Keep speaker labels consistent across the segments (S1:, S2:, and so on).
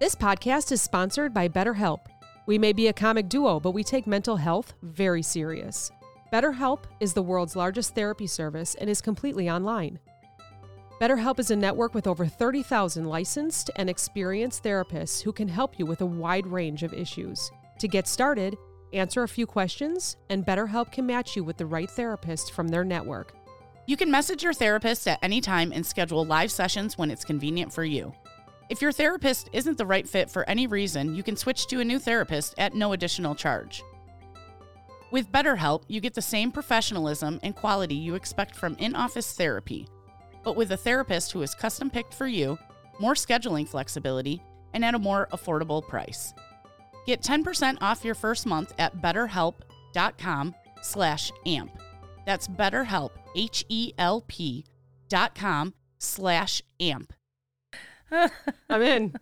S1: This podcast is sponsored by BetterHelp. We may be a comic duo, but we take mental health very serious. BetterHelp is the world's largest therapy service and is completely online. BetterHelp is a network with over 30,000 licensed and experienced therapists who can help you with a wide range of issues. To get started, answer a few questions, and BetterHelp can match you with the right therapist from their network.
S2: You can message your therapist at any time and schedule live sessions when it's convenient for you. If your therapist isn't the right fit for any reason, you can switch to a new therapist at no additional charge. With BetterHelp, you get the same professionalism and quality you expect from in office therapy, but with a therapist who is custom picked for you, more scheduling flexibility, and at a more affordable price. Get 10% off your first month at betterhelp.com slash amp. That's betterhelp, H-E-L-P dot com slash amp.
S1: I'm in.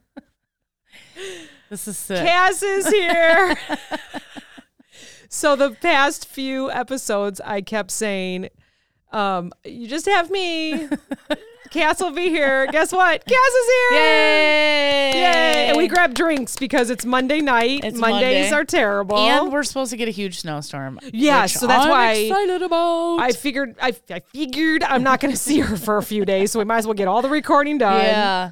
S2: This is
S1: Cass is here. so the past few episodes, I kept saying, um, "You just have me. Cass will be here." Guess what? Cass is here.
S2: Yay!
S1: Yay! And we grab drinks because it's Monday night.
S2: It's
S1: Mondays
S2: Monday.
S1: are terrible.
S2: And we're supposed to get a huge snowstorm.
S1: Yeah,
S2: which
S1: so that's
S2: I'm
S1: why-
S2: excited about.
S1: I figured I, I figured I'm not going to see her for a few days, so we might as well get all the recording done.
S2: yeah.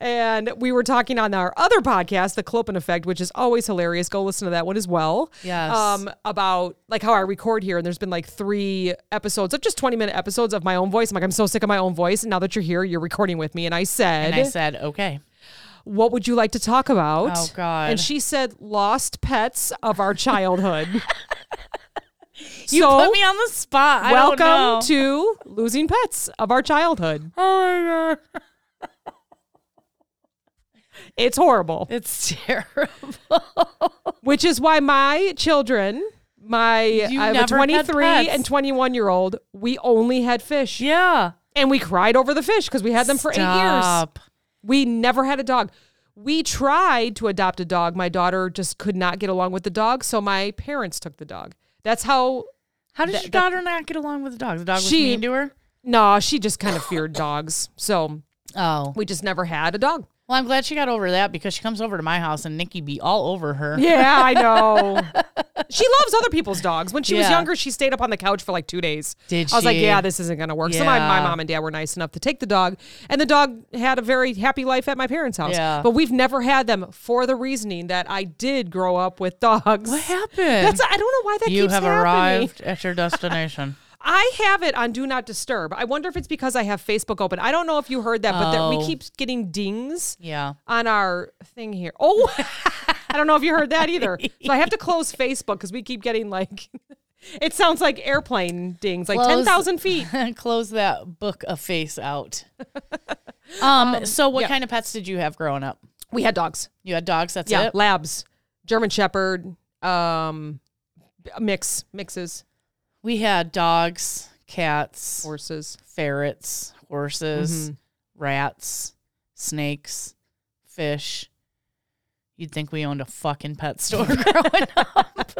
S1: And we were talking on our other podcast, The Clopen Effect, which is always hilarious. Go listen to that one as well.
S2: Yes.
S1: Um, about like how I record here, and there's been like three episodes of just 20 minute episodes of my own voice. I'm like, I'm so sick of my own voice. And now that you're here, you're recording with me. And I said,
S2: And I said, okay.
S1: What would you like to talk about?
S2: Oh, God.
S1: And she said, Lost pets of our childhood.
S2: You
S1: so,
S2: put me on the spot. I don't know.
S1: welcome to Losing Pets of Our Childhood.
S2: Oh my god.
S1: It's horrible.
S2: It's terrible.
S1: which is why my children, my
S2: You
S1: I have a
S2: never had
S1: 23
S2: pets.
S1: and 21 year old, we only had fish.
S2: Yeah.
S1: And we cried over the fish because we had them for eight years.
S2: Stop.
S1: We never had a dog. We tried to adopt a dog. My daughter just could not get along with the dog. So my parents took the dog. That's how,
S2: How did your daughter not get along with the dog? The dog was
S1: She-
S2: mean to her?
S1: no, she just kind of feared dogs. So
S2: Oh.
S1: we just never had a dog.
S2: Well, I'm glad she got over that because she comes over to my house and Nikki be all over her.
S1: Yeah, I know. she loves other people's dogs. When she was
S2: Yeah.
S1: younger, she stayed up on the couch for like two days.
S2: Did
S1: I was like,
S2: she?
S1: yeah, this isn't gonna work. So my, my
S2: Yeah.
S1: mom and dad were nice enough to take the dog, and the dog had a very happy life at my parents' house.
S2: Yeah.
S1: But we've never had them for the reasoning that I did grow up with dogs.
S2: What happened?
S1: That's I don't know why that
S2: you
S1: keeps
S2: have
S1: happening.
S2: arrived at your destination.
S1: I have it on Do Not Disturb. I wonder if it's because I have Facebook open. I don't know if you heard that, but there, we
S2: Oh.
S1: keep getting dings
S2: yeah.
S1: on our thing here. Oh, I don't know if you heard that either. So I have to close Facebook because we keep getting like, it sounds like airplane dings, like
S2: Close.
S1: 10,000 feet.
S2: Close that book of face out. um, so what
S1: yeah.
S2: kind of pets did you have growing up?
S1: We had dogs.
S2: You had dogs, that's
S1: Yeah.
S2: it?
S1: Labs, German Shepherd, um, mix, mixes,
S2: We had dogs, cats, Mm-hmm.
S1: horses.
S2: ferrets, horses, rats, snakes, fish. You'd think we owned a fucking pet store growing up.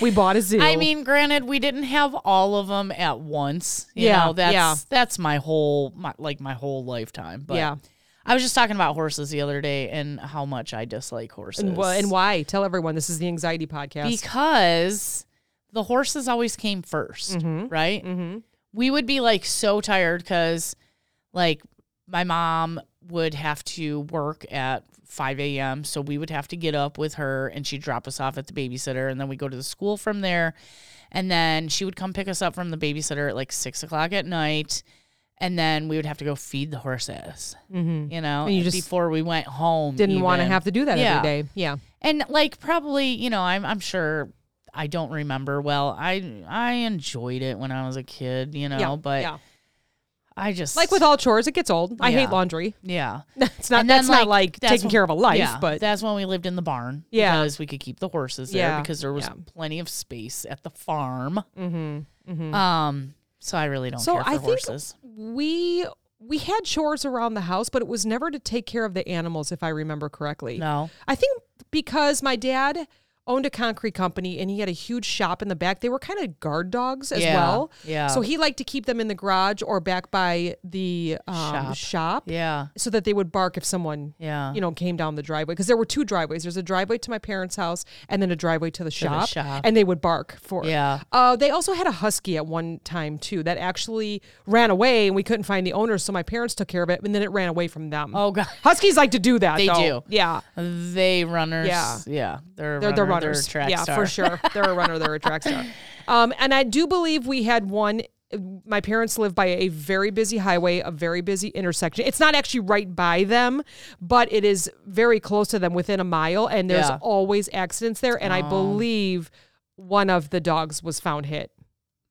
S1: We bought a zoo.
S2: I mean, granted, we didn't have all of them at once. You
S1: Yeah,
S2: know, that's
S1: yeah.
S2: that's my whole my, like my whole lifetime. But
S1: yeah.
S2: I was just talking about horses the other day and how much I dislike horses.
S1: And, wh- and why? Tell everyone this is the anxiety podcast.
S2: because the horses always came 1st right?
S1: Mhm.
S2: We would be like so tired because, like, my mom would have to work at 5 a.m. So we would have to get up with her and she'd drop us off at the babysitter. And then we go to the school from there. And then she would come pick us up from the babysitter at like six o'clock at night. And then we would have to go feed the horses, you know,
S1: Mm-hmm. And you just
S2: before we went home.
S1: Didn't want to
S2: even.
S1: have to do that
S2: Yeah.
S1: every day. Yeah.
S2: And like probably, you know, I'm I'm sure I don't remember well. I I enjoyed it when I was a kid, you know,
S1: yeah.
S2: but
S1: yeah.
S2: I just
S1: Like with all chores, it gets old. I
S2: Yeah.
S1: hate laundry.
S2: yeah.
S1: It's not,
S2: And then,
S1: that's not like
S2: that's
S1: taking
S2: wh-
S1: care of a life,
S2: yeah,
S1: but
S2: that's when we lived in the barn.
S1: Yeah.
S2: because we could keep the horses there
S1: Yeah,
S2: because there was
S1: yeah.
S2: plenty of space at the farm. Mm-hmm, Um, so I really don't
S1: So
S2: care for
S1: I think-
S2: horses.
S1: we we had chores around the house, but it was never to take care of the animals, if I remember correctly.
S2: No,
S1: I think because my dad owned a concrete company and he had a huge shop in the back. They were kind of guard dogs as
S2: Yeah,
S1: well.
S2: yeah.
S1: So he liked to keep them in the garage or back by the um,
S2: Shop.
S1: shop.
S2: Yeah.
S1: So that they would bark if someone,
S2: Yeah.
S1: you know, came down the driveway because there were two driveways. There's a driveway to my parents' house and then a driveway to the, shop,
S2: shop.
S1: and they would bark for. it.
S2: Yeah.
S1: Uh, they also had a husky at one time too that actually ran away and we couldn't find the owner, so my parents took care of it, and then it ran away from them.
S2: Oh, God.
S1: huskies like to do that.
S2: They
S1: though.
S2: do.
S1: Yeah.
S2: They runners.
S1: Yeah.
S2: Yeah. They're, a
S1: They're
S2: runner,
S1: the runners.
S2: They're a track
S1: yeah,
S2: star.
S1: for sure. They're a runner. They're a track star. Um, and I do believe we had one. My parents live by a very busy highway, a very busy intersection. It's not actually right by them, but it is very close to them, within a mile. And there's
S2: Yeah. Oh.
S1: always accidents there. And I believe one of the dogs was found hit.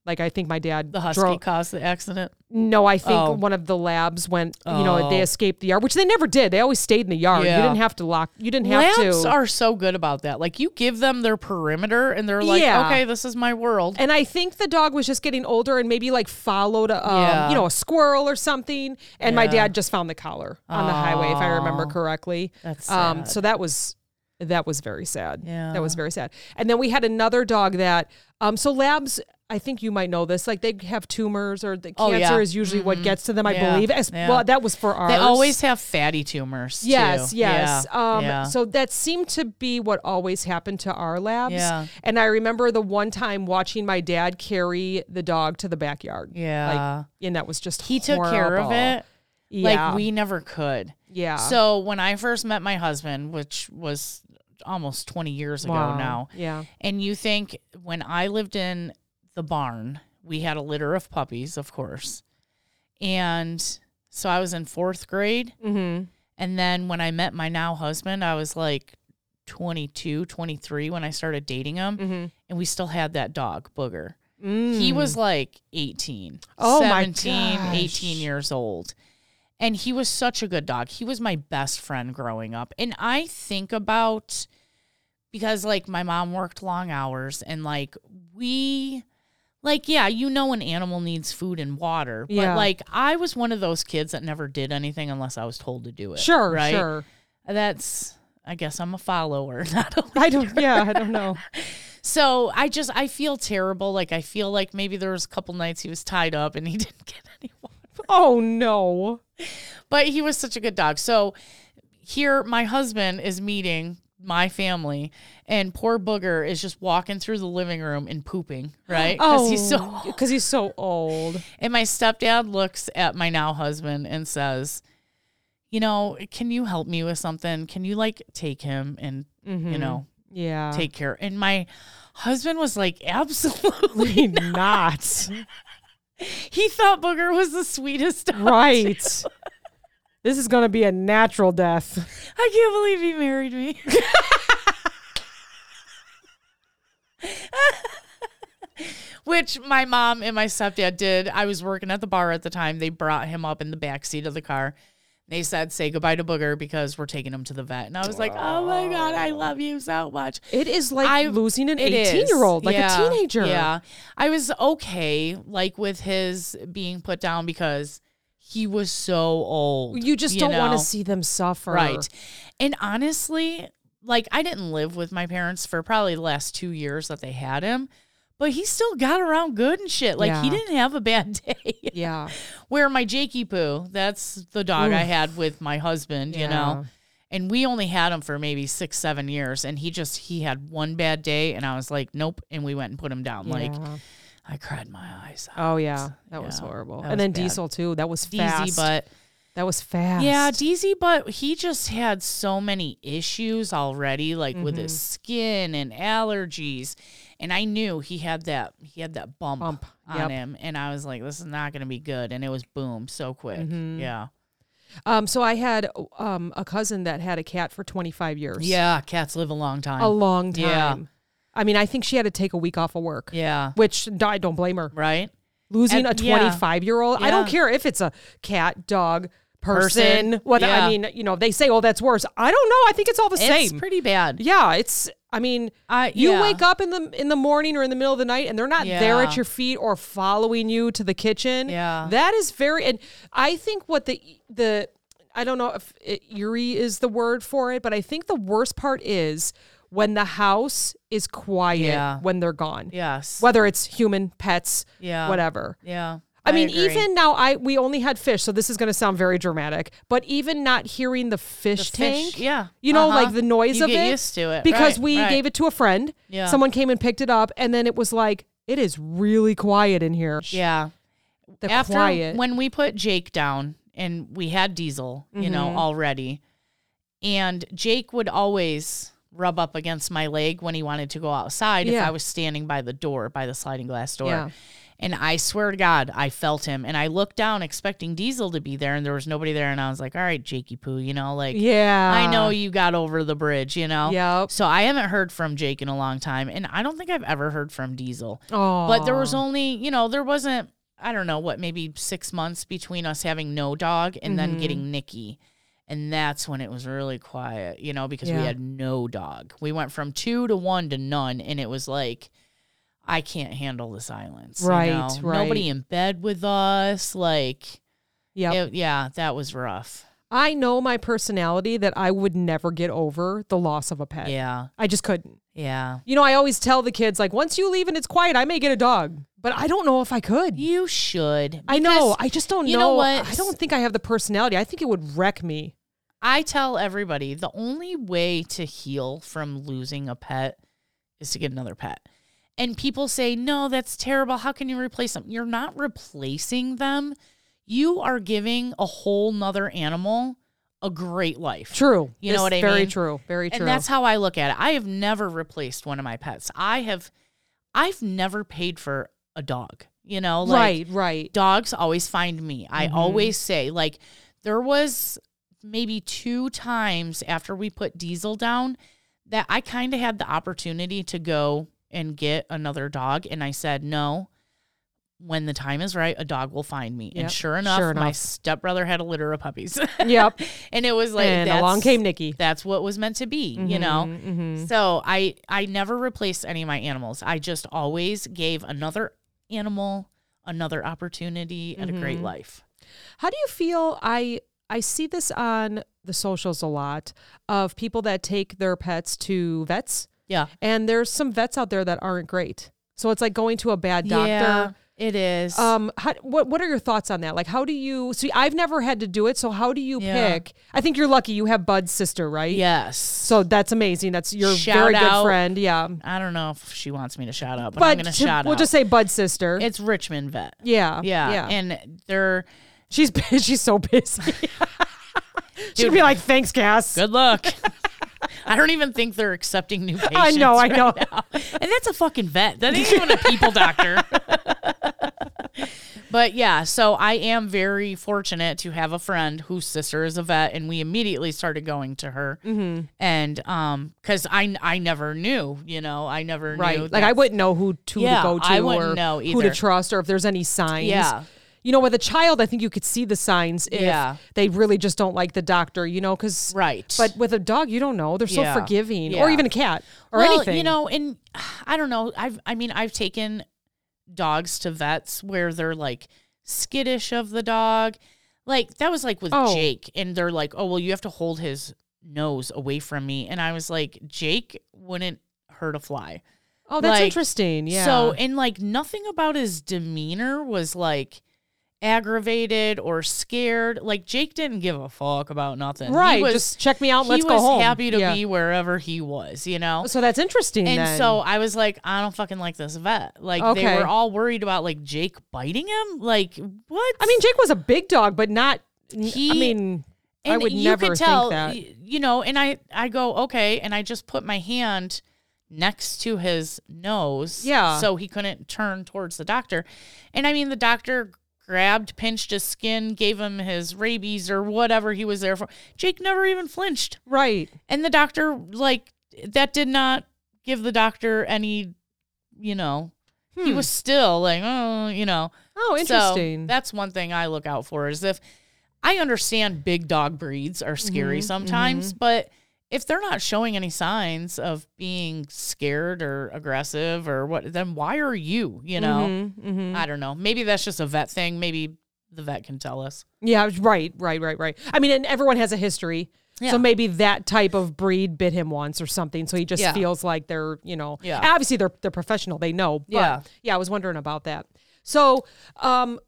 S1: Like I think my dad
S2: The husky
S1: drove-
S2: caused the accident.
S1: No, I think
S2: Oh.
S1: one of the labs went. You know,
S2: Oh.
S1: they escaped the yard, which they never did. They always stayed in the yard.
S2: Yeah.
S1: You didn't have to lock. You didn't have
S2: Labs
S1: to.
S2: are so good about that. Like you give them their perimeter, and they're like,
S1: Yeah.
S2: "Okay, this is my world."
S1: And I think the dog was just getting older and maybe like followed, a, um,
S2: Yeah.
S1: you know, a squirrel or something. And my
S2: Yeah.
S1: dad just found the collar on the highway, if I remember correctly. Um,
S2: That's sad.
S1: so that was that was very sad.
S2: Yeah.
S1: that was very sad. And then we had another dog that. Um, so labs, I think you might know this. Like they have tumors or the
S2: Oh,
S1: cancer
S2: yeah. Mm-hmm.
S1: is usually what gets to them. I
S2: Yeah.
S1: believe. As,
S2: Yeah.
S1: Well, that was for ours.
S2: They always have fatty tumors. too.
S1: Yes, yes.
S2: Yeah.
S1: Um,
S2: Yeah.
S1: So that seemed to be what always happened to our labs.
S2: Yeah.
S1: And I remember the one time watching my dad carry the dog to the backyard.
S2: Yeah.
S1: Like, and that was just
S2: he took care of
S1: horrible.
S2: it.
S1: Yeah.
S2: Like we never could.
S1: yeah.
S2: So when I first met my husband, which was almost 20 years ago
S1: Wow.
S2: now,
S1: Yeah.
S2: and you think when I lived in the barn, we had a litter of puppies, of course. And so I was in fourth grade.
S1: Mm-hmm.
S2: And then when I met my now husband, I was like 22, 23 when I started dating him.
S1: Mm-hmm.
S2: And we still had that dog, Booger.
S1: Mm.
S2: He was like 18,
S1: Oh my
S2: 17,
S1: gosh.
S2: 18 years old. And he was such a good dog. He was my best friend growing up. And I think about because like my mom worked long hours and like we like yeah, you know an animal needs food and water, but
S1: Yeah.
S2: like I was one of those kids that never did anything unless I was told to do it.
S1: sure.
S2: right?
S1: Sure.
S2: That's I guess I'm a follower, not a
S1: I don't. Yeah. I don't know.
S2: so I just I feel terrible. Like I feel like maybe there was a couple nights he was tied up and he didn't get any water.
S1: Oh no.
S2: But he was such a good dog. So here my husband is meeting my family and poor Booger is just walking through the living room and pooping, right?
S1: Oh,
S2: he's so
S1: because he's so old.
S2: and my stepdad looks at my now husband and says, "You know, can you help me with something? Can you like take him and, you know,
S1: Yeah.
S2: take care?" And my husband was like, "Absolutely
S1: not.
S2: He thought Booger was the sweetest dog.
S1: right. This is gonna be a natural death.
S2: I can't believe he married me. Which my mom and my stepdad did. I was working at the bar at the time. They brought him up in the back seat of the car. They said, "Say goodbye to Booger because we're taking him to the vet." And I was like, "Oh my god, I love you so much."
S1: It is like
S2: I-
S1: losing an
S2: It is.
S1: 18 year old, like
S2: Yeah.
S1: a teenager.
S2: Yeah. I was okay, like with his being put down because he was so old.
S1: You just don't want
S2: know?
S1: to see them suffer.
S2: Right. And honestly, like I didn't live with my parents for probably the last two years that they had him, but he still got around good and shit. Like he
S1: Yeah.
S2: didn't have a bad day.
S1: Yeah.
S2: Where my Jakey Poo, that's the dog I
S1: Oof.
S2: had with my husband, you know. And we only had him for maybe six, seven years. And he just, he had one bad day. And I was like, nope. And we went and put him down. Like,
S1: Yeah.
S2: I cried my eyes out.
S1: oh, yeah. That was
S2: Yeah,
S1: horrible.
S2: that was
S1: and then
S2: bad.
S1: Diesel, too. That was fast.
S2: Deezy, but
S1: that was fast.
S2: Yeah, DZ, but he just had so many issues already, like with his skin and allergies. And I knew he had that he had that bump,
S1: Bump,
S2: on
S1: yep.
S2: him, and I was like, "This is not going to be good." And it was boom so quick. Yeah,
S1: um, so I had um, a cousin that had a cat for 25 years.
S2: yeah. Cats live a long time.
S1: A long time.
S2: Yeah.
S1: I mean, I think she had to take a week off of work,
S2: yeah,
S1: which d- I don't blame her.
S2: right.
S1: Losing
S2: And-
S1: a
S2: yeah.
S1: 25 year old, I don't
S2: Yeah.
S1: care if it's a cat, dog,
S2: Person.
S1: person, whether
S2: Yeah.
S1: I mean, you know, they say, oh, that's worse. I don't know. I think it's all the
S2: It's
S1: same.
S2: pretty bad.
S1: Yeah, it's. I mean,
S2: I-
S1: you
S2: yeah.
S1: wake up in the in the morning or in the middle of the night, and they're not there
S2: Yeah.
S1: at your feet or following you to the kitchen.
S2: Yeah.
S1: that is very. And I think what the the I don't know if it, eerie is the word for it, but I think the worst part is when the house is quiet
S2: Yeah.
S1: when they're gone,
S2: Yes.
S1: whether it's human, pets,
S2: Yeah.
S1: whatever.
S2: Yeah.
S1: I, mean,
S2: agree.
S1: even now, I we only had fish, so this is going to sound very dramatic. But even not hearing the fish
S2: The
S1: tank,
S2: fish, yeah.
S1: you know,
S2: Uh-huh.
S1: like the noise
S2: You
S1: of
S2: get
S1: it,
S2: used to it,
S1: because
S2: right,
S1: we
S2: right.
S1: gave it to a friend.
S2: Yeah.
S1: someone came and picked it up, and then it was like it is really quiet in here.
S2: Yeah.
S1: the
S2: After
S1: quiet.
S2: when we put Jake down and we had Diesel, you know,
S1: Mm-hmm.
S2: already, and Jake would always rub up against my leg when he wanted to go outside if
S1: Yeah.
S2: I was standing by the door, by the sliding glass door.
S1: Yeah.
S2: And I swear to God, I felt him. And I looked down expecting Diesel to be there, and there was nobody there. And I was like, all right, Jakey Poo, you know, like,
S1: yeah,
S2: I know you got over the bridge, you know?
S1: Uh, Yep.
S2: So I haven't heard from Jake in a long time. And I don't think I've ever heard from Diesel.
S1: Oh,
S2: But there was only, you know, there wasn't, I don't know, what, maybe six months between us having no dog and
S1: Mm-hmm.
S2: then getting Nikki. And that's when it was really quiet, you know, because
S1: Yeah.
S2: we had no dog. We went from two to one to none. And it was like, I can't handle the silence. you
S1: Right,
S2: know?
S1: right.
S2: Nobody in bed with us. Like,
S1: Yep.
S2: it- yeah, that was rough.
S1: I know my personality that I would never get over the loss of a pet.
S2: Yeah.
S1: I just couldn't.
S2: Yeah.
S1: You know, I always tell the kids like, once you leave and it's quiet, I may get a dog, but I don't know if I could.
S2: You should.
S1: I know. I just don't
S2: you know what?
S1: I don't think I have the personality. I think it would wreck me.
S2: I tell everybody the only way to heal from losing a pet is to get another pet. And people say, no, that's terrible. How can you replace them? You're not replacing them. You are giving a whole nother animal a great life.
S1: True.
S2: You know
S1: This-
S2: what I
S1: Very
S2: mean?
S1: true. Very true.
S2: And that's how I look at it. I have never replaced one of my pets. I have I've never paid for a dog. You know,
S1: right.
S2: like
S1: Right.
S2: dogs always find me. I
S1: Mm-hmm.
S2: always say, like, there was maybe two times after we put Diesel down that I kind of had the opportunity to go and get another dog. And I said, no, when the time is right, a dog will find me.
S1: Yep,
S2: And sure enough,
S1: sure
S2: my
S1: enough.
S2: stepbrother had a litter of puppies.
S1: yep.
S2: and it was like,
S1: and
S2: that's,
S1: along came Nikki.
S2: that's what was meant to be, you know?
S1: Mm-hmm.
S2: So I I never replaced any of my animals. I just always gave another animal another opportunity at a great
S1: Mm-hmm.
S2: life.
S1: How do you feel? I I see this on the socials a lot of people that take their pets to vets,
S2: Yeah.
S1: and there's some vets out there that aren't great. So it's like going to a bad doctor.
S2: it is.
S1: Um, how, what what are your thoughts on that? Like, how do you see? I've never had to do it, so how do you
S2: Yeah.
S1: pick? I think you're lucky. You have Bud's sister, right?
S2: yes.
S1: So that's amazing. That's your
S2: Shout
S1: very
S2: out.
S1: good friend. Yeah.
S2: I don't know if she wants me to shout out, but, I'm
S1: But
S2: going to
S1: to-
S2: shout
S1: we'll
S2: out.
S1: just say Bud's sister.
S2: it's Richmond vet.
S1: yeah.
S2: Yeah.
S1: Yeah.
S2: And they're
S1: she's she's so busy. She'd be like, thanks, Cass.
S2: good luck. I don't even think they're accepting new patients.
S1: I know, I know.
S2: and that's a fucking vet. That ain't even a people doctor. but yeah, so I am very fortunate to have a friend whose sister is a vet, and we immediately started going to her. Mm-hmm. And um, because I I never knew, you know, I never
S1: Right.
S2: knew.
S1: Like I
S2: that-
S1: wouldn't know who to,
S2: Yeah,
S1: to go to
S2: I wouldn't
S1: or
S2: know
S1: who to
S2: either.
S1: trust or if there's any signs.
S2: Yeah.
S1: You know, with a child, I think you could see the signs if
S2: Yeah.
S1: they really just don't like the doctor, you know, because.
S2: right,
S1: But with a dog, you don't know. They're so
S2: Yeah.
S1: forgiving.
S2: Yeah.
S1: Or even a cat or
S2: well,
S1: anything.
S2: you know, and I don't know. I've I mean I've taken dogs to vets where they're like skittish of the dog. Like that was like with
S1: Oh.
S2: Jake and they're like, "Oh, well you have to hold his nose away from me." And I was like, "Jake wouldn't hurt a fly."
S1: Oh, that's
S2: like,
S1: interesting. Yeah.
S2: So, and like nothing about his demeanor was like aggravated or scared. Like Jake didn't give a fuck about nothing. He
S1: right.
S2: was-
S1: just check me out.
S2: he
S1: Let's go
S2: was
S1: home.
S2: happy to
S1: Yeah.
S2: be wherever he was, you know?
S1: So that's interesting.
S2: And
S1: then.
S2: so I was like, I don't fucking like this vet. Like they
S1: Okay.
S2: were all worried about like Jake biting him. Like what?
S1: I mean, Jake was a big dog, but not.
S2: He-
S1: I mean,
S2: and
S1: I would
S2: you
S1: never
S2: could tell,
S1: think that.
S2: y- you know. And I, I go okay, and I just put my hand next to his nose,
S1: Yeah.
S2: so he couldn't turn towards the doctor. And I mean, the doctor grabbed, pinched his skin, gave him his rabies or whatever he was there for. Jake never even flinched.
S1: Right.
S2: And the doctor, like, that did not give the doctor any, you know, he was still like, oh, you know.
S1: Hmm. Oh,
S2: So
S1: interesting.
S2: that's one thing I look out for is if I understand big dog breeds are
S1: Mm-hmm,
S2: scary sometimes, but if they're not showing any signs of being scared or aggressive or what, then why are you, you know?
S1: hmm
S2: I don't know. Maybe that's just a vet thing. Maybe the vet can tell us.
S1: Yeah, right, right, right, right. I mean, and everyone has a history.
S2: Yeah.
S1: So maybe that type of breed bit him once or something. So he just
S2: Yeah.
S1: feels like they're, you know,
S2: Yeah.
S1: obviously they're they're professional. They know. But
S2: Yeah.
S1: yeah. I was wondering about that. So, um,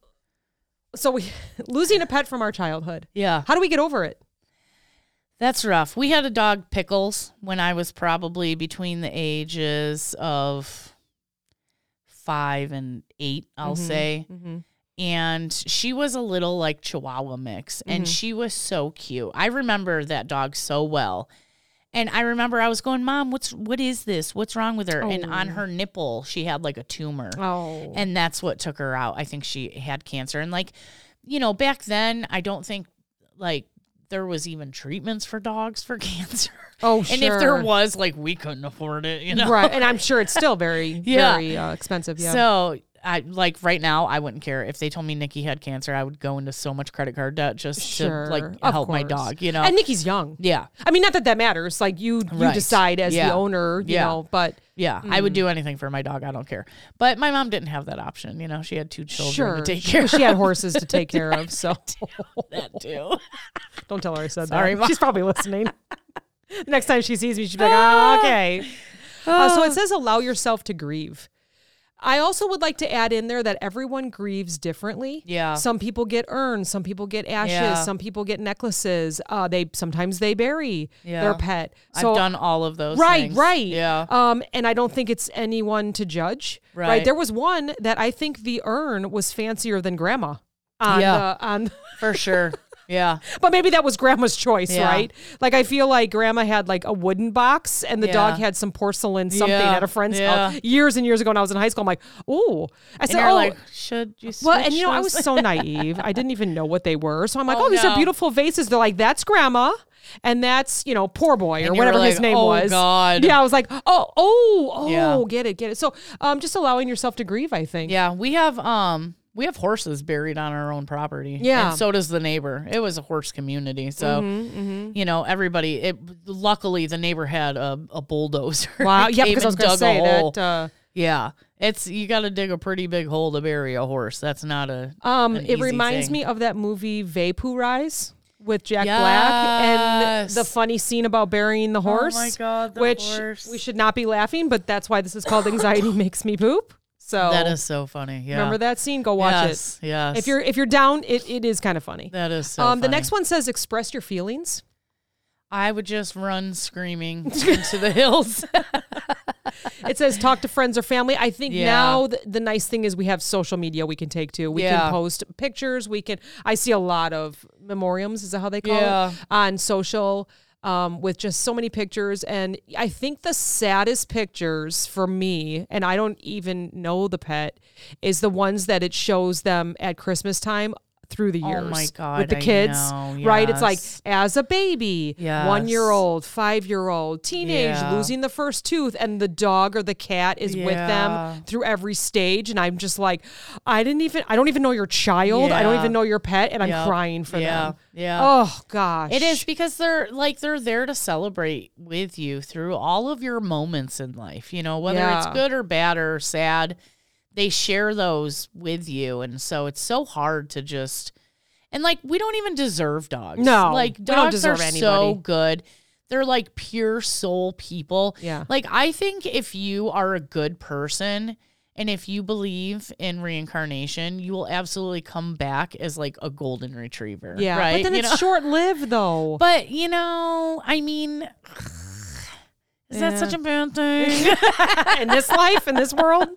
S1: so we losing a pet from our childhood.
S2: Yeah.
S1: How do we get over it?
S2: That's rough. We had a dog, Pickles, when I was probably between the ages of five and eight, I'll say. And she was a little like Chihuahua mix, and she was so cute. I remember that dog so well. And I remember I was going, Mom, what's what is this? What's wrong with her? And on her nipple, she had like a tumor.
S1: Oh,
S2: And that's what took her out. I think she had cancer. And like, you know, back then, I don't think like there was even treatments for dogs for cancer.
S1: oh,
S2: And if there
S1: sure.
S2: was, like, we couldn't afford it, you know?
S1: right, and I'm sure it's still very,
S2: Yeah.
S1: very uh, expensive. Yeah.
S2: So I like right now I wouldn't care if they told me Nikki had cancer I would go into so much credit card debt just
S1: sure.
S2: to like
S1: Of
S2: help my
S1: course.
S2: dog you know
S1: And Nikki's young.
S2: yeah
S1: I mean, not that that matters. Like you, you
S2: Right.
S1: decide as
S2: Yeah.
S1: the owner, you
S2: Yeah.
S1: know. But
S2: yeah I
S1: Mm.
S2: would do anything for my dog I don't care but my mom didn't have that option you know she had two children
S1: sure,
S2: to take care
S1: she had horses to take care of. So
S2: of that too
S1: don't tell her I said
S2: Sorry,
S1: that.
S2: Mom.
S1: She's probably listening. Next time she sees me, she's like,
S2: Ah.
S1: oh, okay. Uh, so it says allow yourself to grieve. I also would like to add in there that everyone grieves differently.
S2: Yeah.
S1: Some people get urns, some people get ashes,
S2: Yeah.
S1: some people get necklaces. Uh, they sometimes they bury
S2: Yeah.
S1: their pet.
S2: I've
S1: So
S2: done all of those
S1: Right,
S2: things.
S1: right.
S2: yeah
S1: Um, and I don't think it's anyone to judge.
S2: Right.
S1: There was one that I think the urn was fancier than grandma. On
S2: Yeah.
S1: The, on,
S2: for sure. Yeah.
S1: but maybe that was grandma's choice,
S2: Yeah.
S1: right? Like I feel like grandma had like a wooden box and the dog
S2: Yeah.
S1: had some porcelain something
S2: Yeah.
S1: at a friend's
S2: Yeah.
S1: house years and years ago when I was in high school. I'm like, oh, I
S2: And
S1: said,
S2: you're
S1: oh.
S2: like, should you? Switch
S1: well, and you know, I
S2: those?
S1: was so naive. I didn't even know what they were. So I'm like,
S2: Oh,
S1: oh, these
S2: no.
S1: are beautiful vases. They're like, that's grandma. And that's, you know, poor boy or
S2: you were
S1: whatever his
S2: like,
S1: name
S2: "Oh,
S1: was.
S2: God.
S1: Yeah, I was like, oh, oh, oh,
S2: Yeah.
S1: get it, get it. So um, just allowing yourself to grieve, I think.
S2: Yeah, we have um we have horses buried on our own property.
S1: Yeah. Mm-hmm,
S2: And so does the neighbor. It was a horse community. So you know, everybody it luckily the neighbor had a, a bulldozer.
S1: Wow. Uh,
S2: It
S1: Yeah,
S2: came
S1: because I was
S2: and
S1: going to
S2: dug a
S1: say
S2: hole.
S1: that. Uh,
S2: yeah. It's you gotta dig a pretty big hole to bury a horse. That's not a
S1: Um,
S2: an
S1: it
S2: easy
S1: reminds
S2: thing.
S1: me of that movie Vaporize with Jack Black and the
S2: Yes. Oh
S1: funny scene about burying the horse.
S2: God, the
S1: which
S2: horse.
S1: we should not be laughing, but that's why this is called Anxiety Makes Me Poop. So
S2: That is so funny. Yeah.
S1: remember that scene. Go watch
S2: yes, Yes.
S1: it. If you're if you're down, it, it is kind of funny.
S2: that is so
S1: um, the
S2: funny.
S1: next one says express your feelings.
S2: I would just run screaming into the hills.
S1: It says talk to friends or family. I think
S2: Yeah.
S1: now the, the nice thing is we have social media we can take to. We
S2: Yeah.
S1: can post pictures. We can. I see a lot of memoriams. Is that how they call
S2: Yeah.
S1: it on social? Um, with just so many pictures, and I think the saddest pictures for me, and I don't even know the pet, is the ones that it shows them at Christmas time through the years
S2: Oh my
S1: with the
S2: God, I
S1: kids,
S2: know.
S1: right? It's like
S2: Yes.
S1: as a baby, one year
S2: Yes.
S1: old old, five year old, teenage,
S2: Yeah.
S1: losing the first tooth, and the dog or the cat is with
S2: Yeah.
S1: them through every stage. And I'm just like, I didn't even, I don't even know your child. I don't
S2: Yeah.
S1: even know your pet. And I'm
S2: Yep.
S1: crying for
S2: Yeah.
S1: them.
S2: Yeah.
S1: Oh, gosh.
S2: It is because they're like they're there to celebrate with you through all of your moments in life, you know, whether it's
S1: Yeah.
S2: good or bad or sad, they share those with you. And so it's so hard to just and like we don't even deserve dogs.
S1: No,
S2: Like
S1: we
S2: dogs
S1: don't deserve
S2: are so
S1: anybody.
S2: good. They're like pure soul people.
S1: Yeah.
S2: Like I think if you are a good person and if you believe in reincarnation, you will absolutely come back as like a golden retriever.
S1: Yeah. But
S2: Right.
S1: then
S2: You
S1: it's
S2: know?
S1: short lived, though.
S2: But you know, I mean, is that
S1: Yeah.
S2: such a bad thing?
S1: in this life, in this world.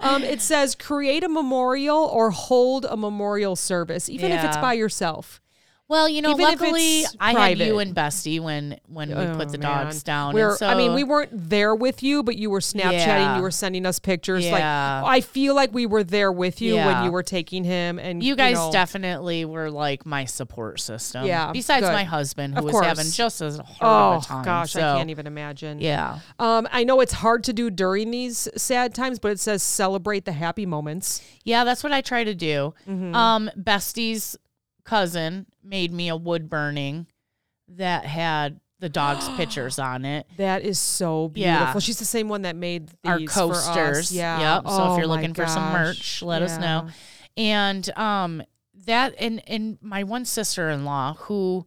S1: Um, it says create a memorial or hold a memorial service, even if it's
S2: Yeah.
S1: by yourself.
S2: well, you know,
S1: Even if
S2: luckily
S1: it's
S2: I had you
S1: private.
S2: and Bestie when when we put
S1: Oh,
S2: the
S1: man.
S2: dogs down. and
S1: We're, I mean,
S2: so-
S1: we weren't there with you, but you were Snapchatting.
S2: Yeah.
S1: You were sending us pictures.
S2: Yeah.
S1: Like I feel like we were there with you
S2: Yeah.
S1: when you were taking him. And
S2: you guys
S1: know,
S2: definitely were like my support system.
S1: Yeah,
S2: Besides
S1: good.
S2: my husband, who
S1: Of
S2: was having
S1: course.
S2: just as hard
S1: Oh
S2: of a time.
S1: gosh,
S2: So,
S1: I can't even imagine.
S2: Yeah.
S1: Um, I know it's hard to do during these sad times, but it says celebrate the happy moments.
S2: Yeah, that's what I try to do.
S1: Mm-hmm.
S2: Um, Bestie's cousin made me a wood burning that had the dog's pictures on it.
S1: That is so
S2: Yeah.
S1: beautiful. She's the same one that made these
S2: our
S1: for us.
S2: coasters.
S1: Yeah.
S2: Yep. so
S1: Oh,
S2: if you're
S1: my
S2: looking for some
S1: gosh.
S2: merch, let us know.
S1: Yeah.
S2: And um that and and my one sister in law who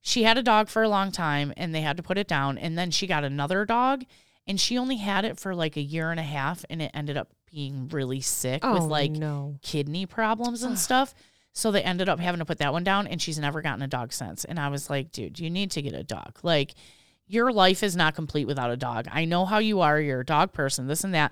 S2: She had a dog for a long time and they had to put it down. And then she got another dog and she only had it for like a year and a half and it ended up being really sick with
S1: Oh,
S2: like
S1: no.
S2: kidney problems and stuff. So they ended up having to put that one down and she's never gotten a dog since. And I was like, dude, you need to get a dog. Like, your life is not complete without a dog. I know how you are. You're a dog person, this and that.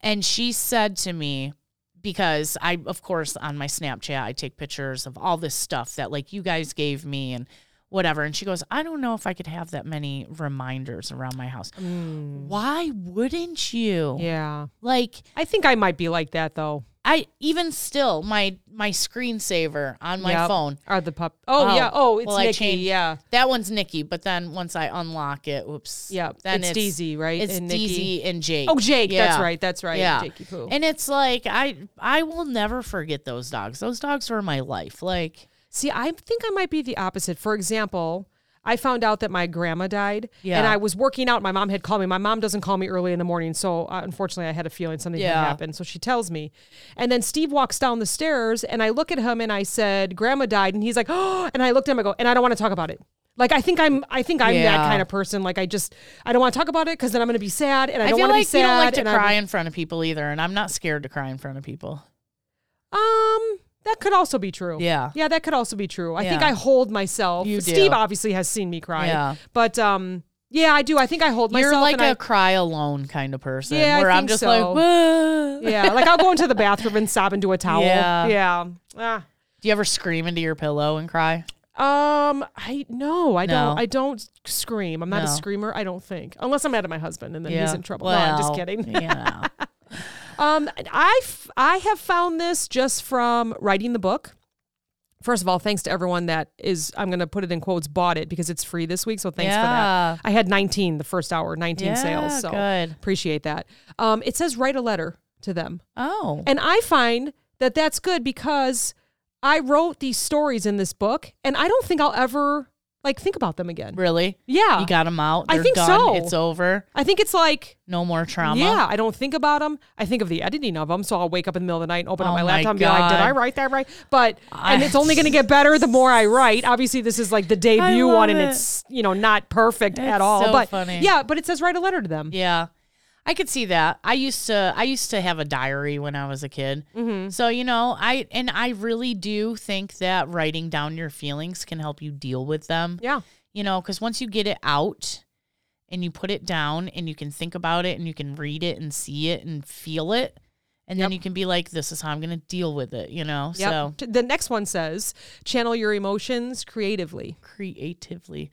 S2: And she said to me, because I, of course, on my Snapchat, I take pictures of all this stuff that like you guys gave me and whatever. And she goes, I don't know if I could have that many reminders around my house.
S1: Mm,
S2: Why wouldn't you?
S1: yeah.
S2: Like,
S1: I think I might be like that though.
S2: I even still my my screensaver on my
S1: Yep.
S2: phone.
S1: Or the pup. Oh,
S2: Oh,
S1: yeah. Oh, it's
S2: well, I
S1: Nikki.
S2: changed-
S1: Yeah.
S2: That one's Nikki, but then once I unlock it, whoops.
S1: Yeah.
S2: Then
S1: it's, Deezy, right?
S2: It's
S1: And Nikki.
S2: Deezy and Jake.
S1: Oh, Jake. That's
S2: Yeah.
S1: right. That's right.
S2: Yeah.
S1: Jakey Poo.
S2: And it's like I I will never forget those dogs. Those dogs were my life. Like
S1: See, I think I might be the opposite. For example, I found out that my grandma died,
S2: Yeah.
S1: and I was working out. My mom had called me. My mom doesn't call me early in the morning, so uh, unfortunately, I had a feeling something
S2: Yeah.
S1: had happened. So she tells me, and then Steve walks down the stairs, and I look at him, and I said, "Grandma died," and he's like, "Oh!" And I looked at him, I go, "And I don't want to talk about it." Like I think I'm, I think I'm
S2: Yeah.
S1: that kind of person. Like I just, I don't want to talk about it because then I'm going to be sad, and I,
S2: I,
S1: don't
S2: feel
S1: want to be
S2: like
S1: sad.
S2: you don't like to
S1: and
S2: cry in front of people either, and I'm not scared to cry in front of people.
S1: I'm, um, that could also be true.
S2: Yeah.
S1: Yeah, that could also be true. I think
S2: Yeah.
S1: I hold myself.
S2: You do.
S1: Steve obviously has seen me cry.
S2: Yeah.
S1: But um yeah, I do. I think I hold myself.
S2: You're like
S1: and
S2: a
S1: I-
S2: cry alone kind of person.
S1: Yeah, I
S2: where am
S1: think
S2: just
S1: so.
S2: like, Whoa.
S1: yeah, like I'll go into the bathroom and sob into a towel.
S2: Yeah.
S1: Yeah. Ah.
S2: Do you ever scream into your pillow and cry?
S1: Um, I no, I
S2: No.
S1: don't. I don't scream. I'm not a
S2: No.
S1: screamer. I don't think, unless I'm mad at my husband and then he's in trouble. no, I'm just
S2: Well,
S1: kidding.
S2: you know.
S1: Um, I f- I have found this just from writing the book. First of all, thanks to everyone that is. I'm going to put it in quotes. Bought it because it's free this week. So thanks
S2: Yeah.
S1: for that. I had 19 the first hour, 19
S2: Yeah,
S1: sales. So
S2: good.
S1: appreciate that. Um, it says write a letter to them,
S2: Oh.
S1: and I find that that's good because I wrote these stories in this book, and I don't think I'll ever like think about them again.
S2: Really?
S1: Yeah,
S2: You got them out.
S1: Uh, I
S2: They're
S1: think
S2: done.
S1: so.
S2: It's over.
S1: I think it's like
S2: No more trauma.
S1: Yeah, I don't think about them. I think of the editing of them. So I'll wake up in the middle of the night and open
S2: Oh
S1: up my
S2: my
S1: laptop and be like, did
S2: God.
S1: I write that right? But, and
S2: I-
S1: it's only going to get better the more I write. Obviously, this is like the debut
S2: love
S1: one and
S2: it.
S1: it's, you know, not perfect at
S2: It's
S1: all.
S2: so
S1: but
S2: funny.
S1: yeah, but it says write a letter to them.
S2: Yeah. I could see that. I used to I used to have a diary when I was a kid.
S1: Mm-hmm.
S2: So, you know, I and I really do think that writing down your feelings can help you deal with them.
S1: Yeah.
S2: You know, cuz once you get it out and you put it down and you can think about it and you can read it and see it and feel it and then
S1: Yep.
S2: you can be like this is how I'm going to deal with it, you know?
S1: Yep.
S2: So,
S1: T- The next one says channel your emotions creatively.
S2: creatively.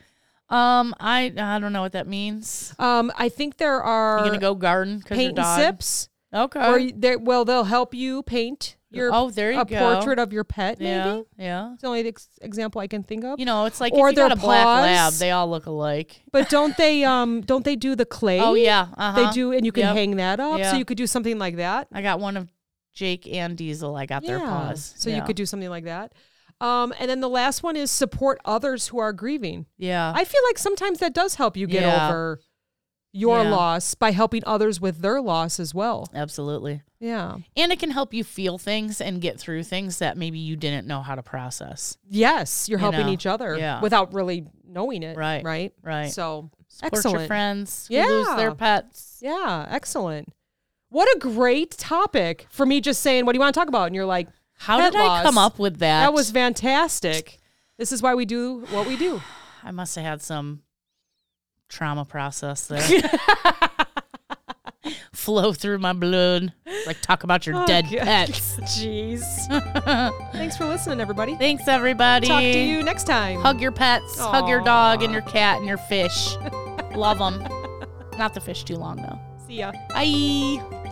S2: Um, I I don't know what that means.
S1: Um, I think there
S2: You
S1: are
S2: gonna go garden because your
S1: paint and
S2: dog?
S1: sips.
S2: Okay.
S1: Or you- they well, they'll help you paint your
S2: oh, there you
S1: a
S2: go.
S1: portrait of your pet. Maybe
S2: Yeah, yeah.
S1: it's the only ex- example I can think of.
S2: You know, it's like
S1: Or
S2: if you got
S1: their
S2: a black lab,
S1: paws.
S2: they all look alike.
S1: But don't they um don't they do the clay?
S2: Oh yeah, uh-huh.
S1: They do and you can
S2: Yep.
S1: hang that up.
S2: Yeah.
S1: So you could do something like that.
S2: I got one of Jake and Diesel. I got their paws.
S1: So you
S2: Yeah.
S1: could do something like that. Um and then the last one is support others who are grieving.
S2: yeah,
S1: I feel like sometimes that does help you get
S2: Uh. Yeah.
S1: over your
S2: Yeah.
S1: loss by helping others with their loss as well.
S2: absolutely.
S1: Yeah.
S2: And it can help you feel things and get through things that maybe you didn't know how to process.
S1: Yes, you're
S2: You
S1: helping
S2: know,
S1: each other
S2: yeah.
S1: without really knowing it.
S2: Right,
S1: Right.
S2: right.
S1: So
S2: Support your
S1: excellent.
S2: friends. who lose their
S1: Yeah.
S2: pets.
S1: Yeah, excellent. What a great topic for me just saying, what do you want to talk about? And you're like,
S2: How
S1: Pet
S2: did I come
S1: loss.
S2: up with that?
S1: That was fantastic. This is why we do what we do.
S2: I must have had some trauma process there. Flow through my blood. Like talk about your
S1: Oh,
S2: dead
S1: God.
S2: pets.
S1: Jeez. Thanks for listening, everybody.
S2: Thanks everybody.
S1: Talk to you next time.
S2: Hug your pets. Hug your dog and
S1: Aw.
S2: your cat and your fish. Love them. Not the fish too long though.
S1: See ya.
S2: Bye.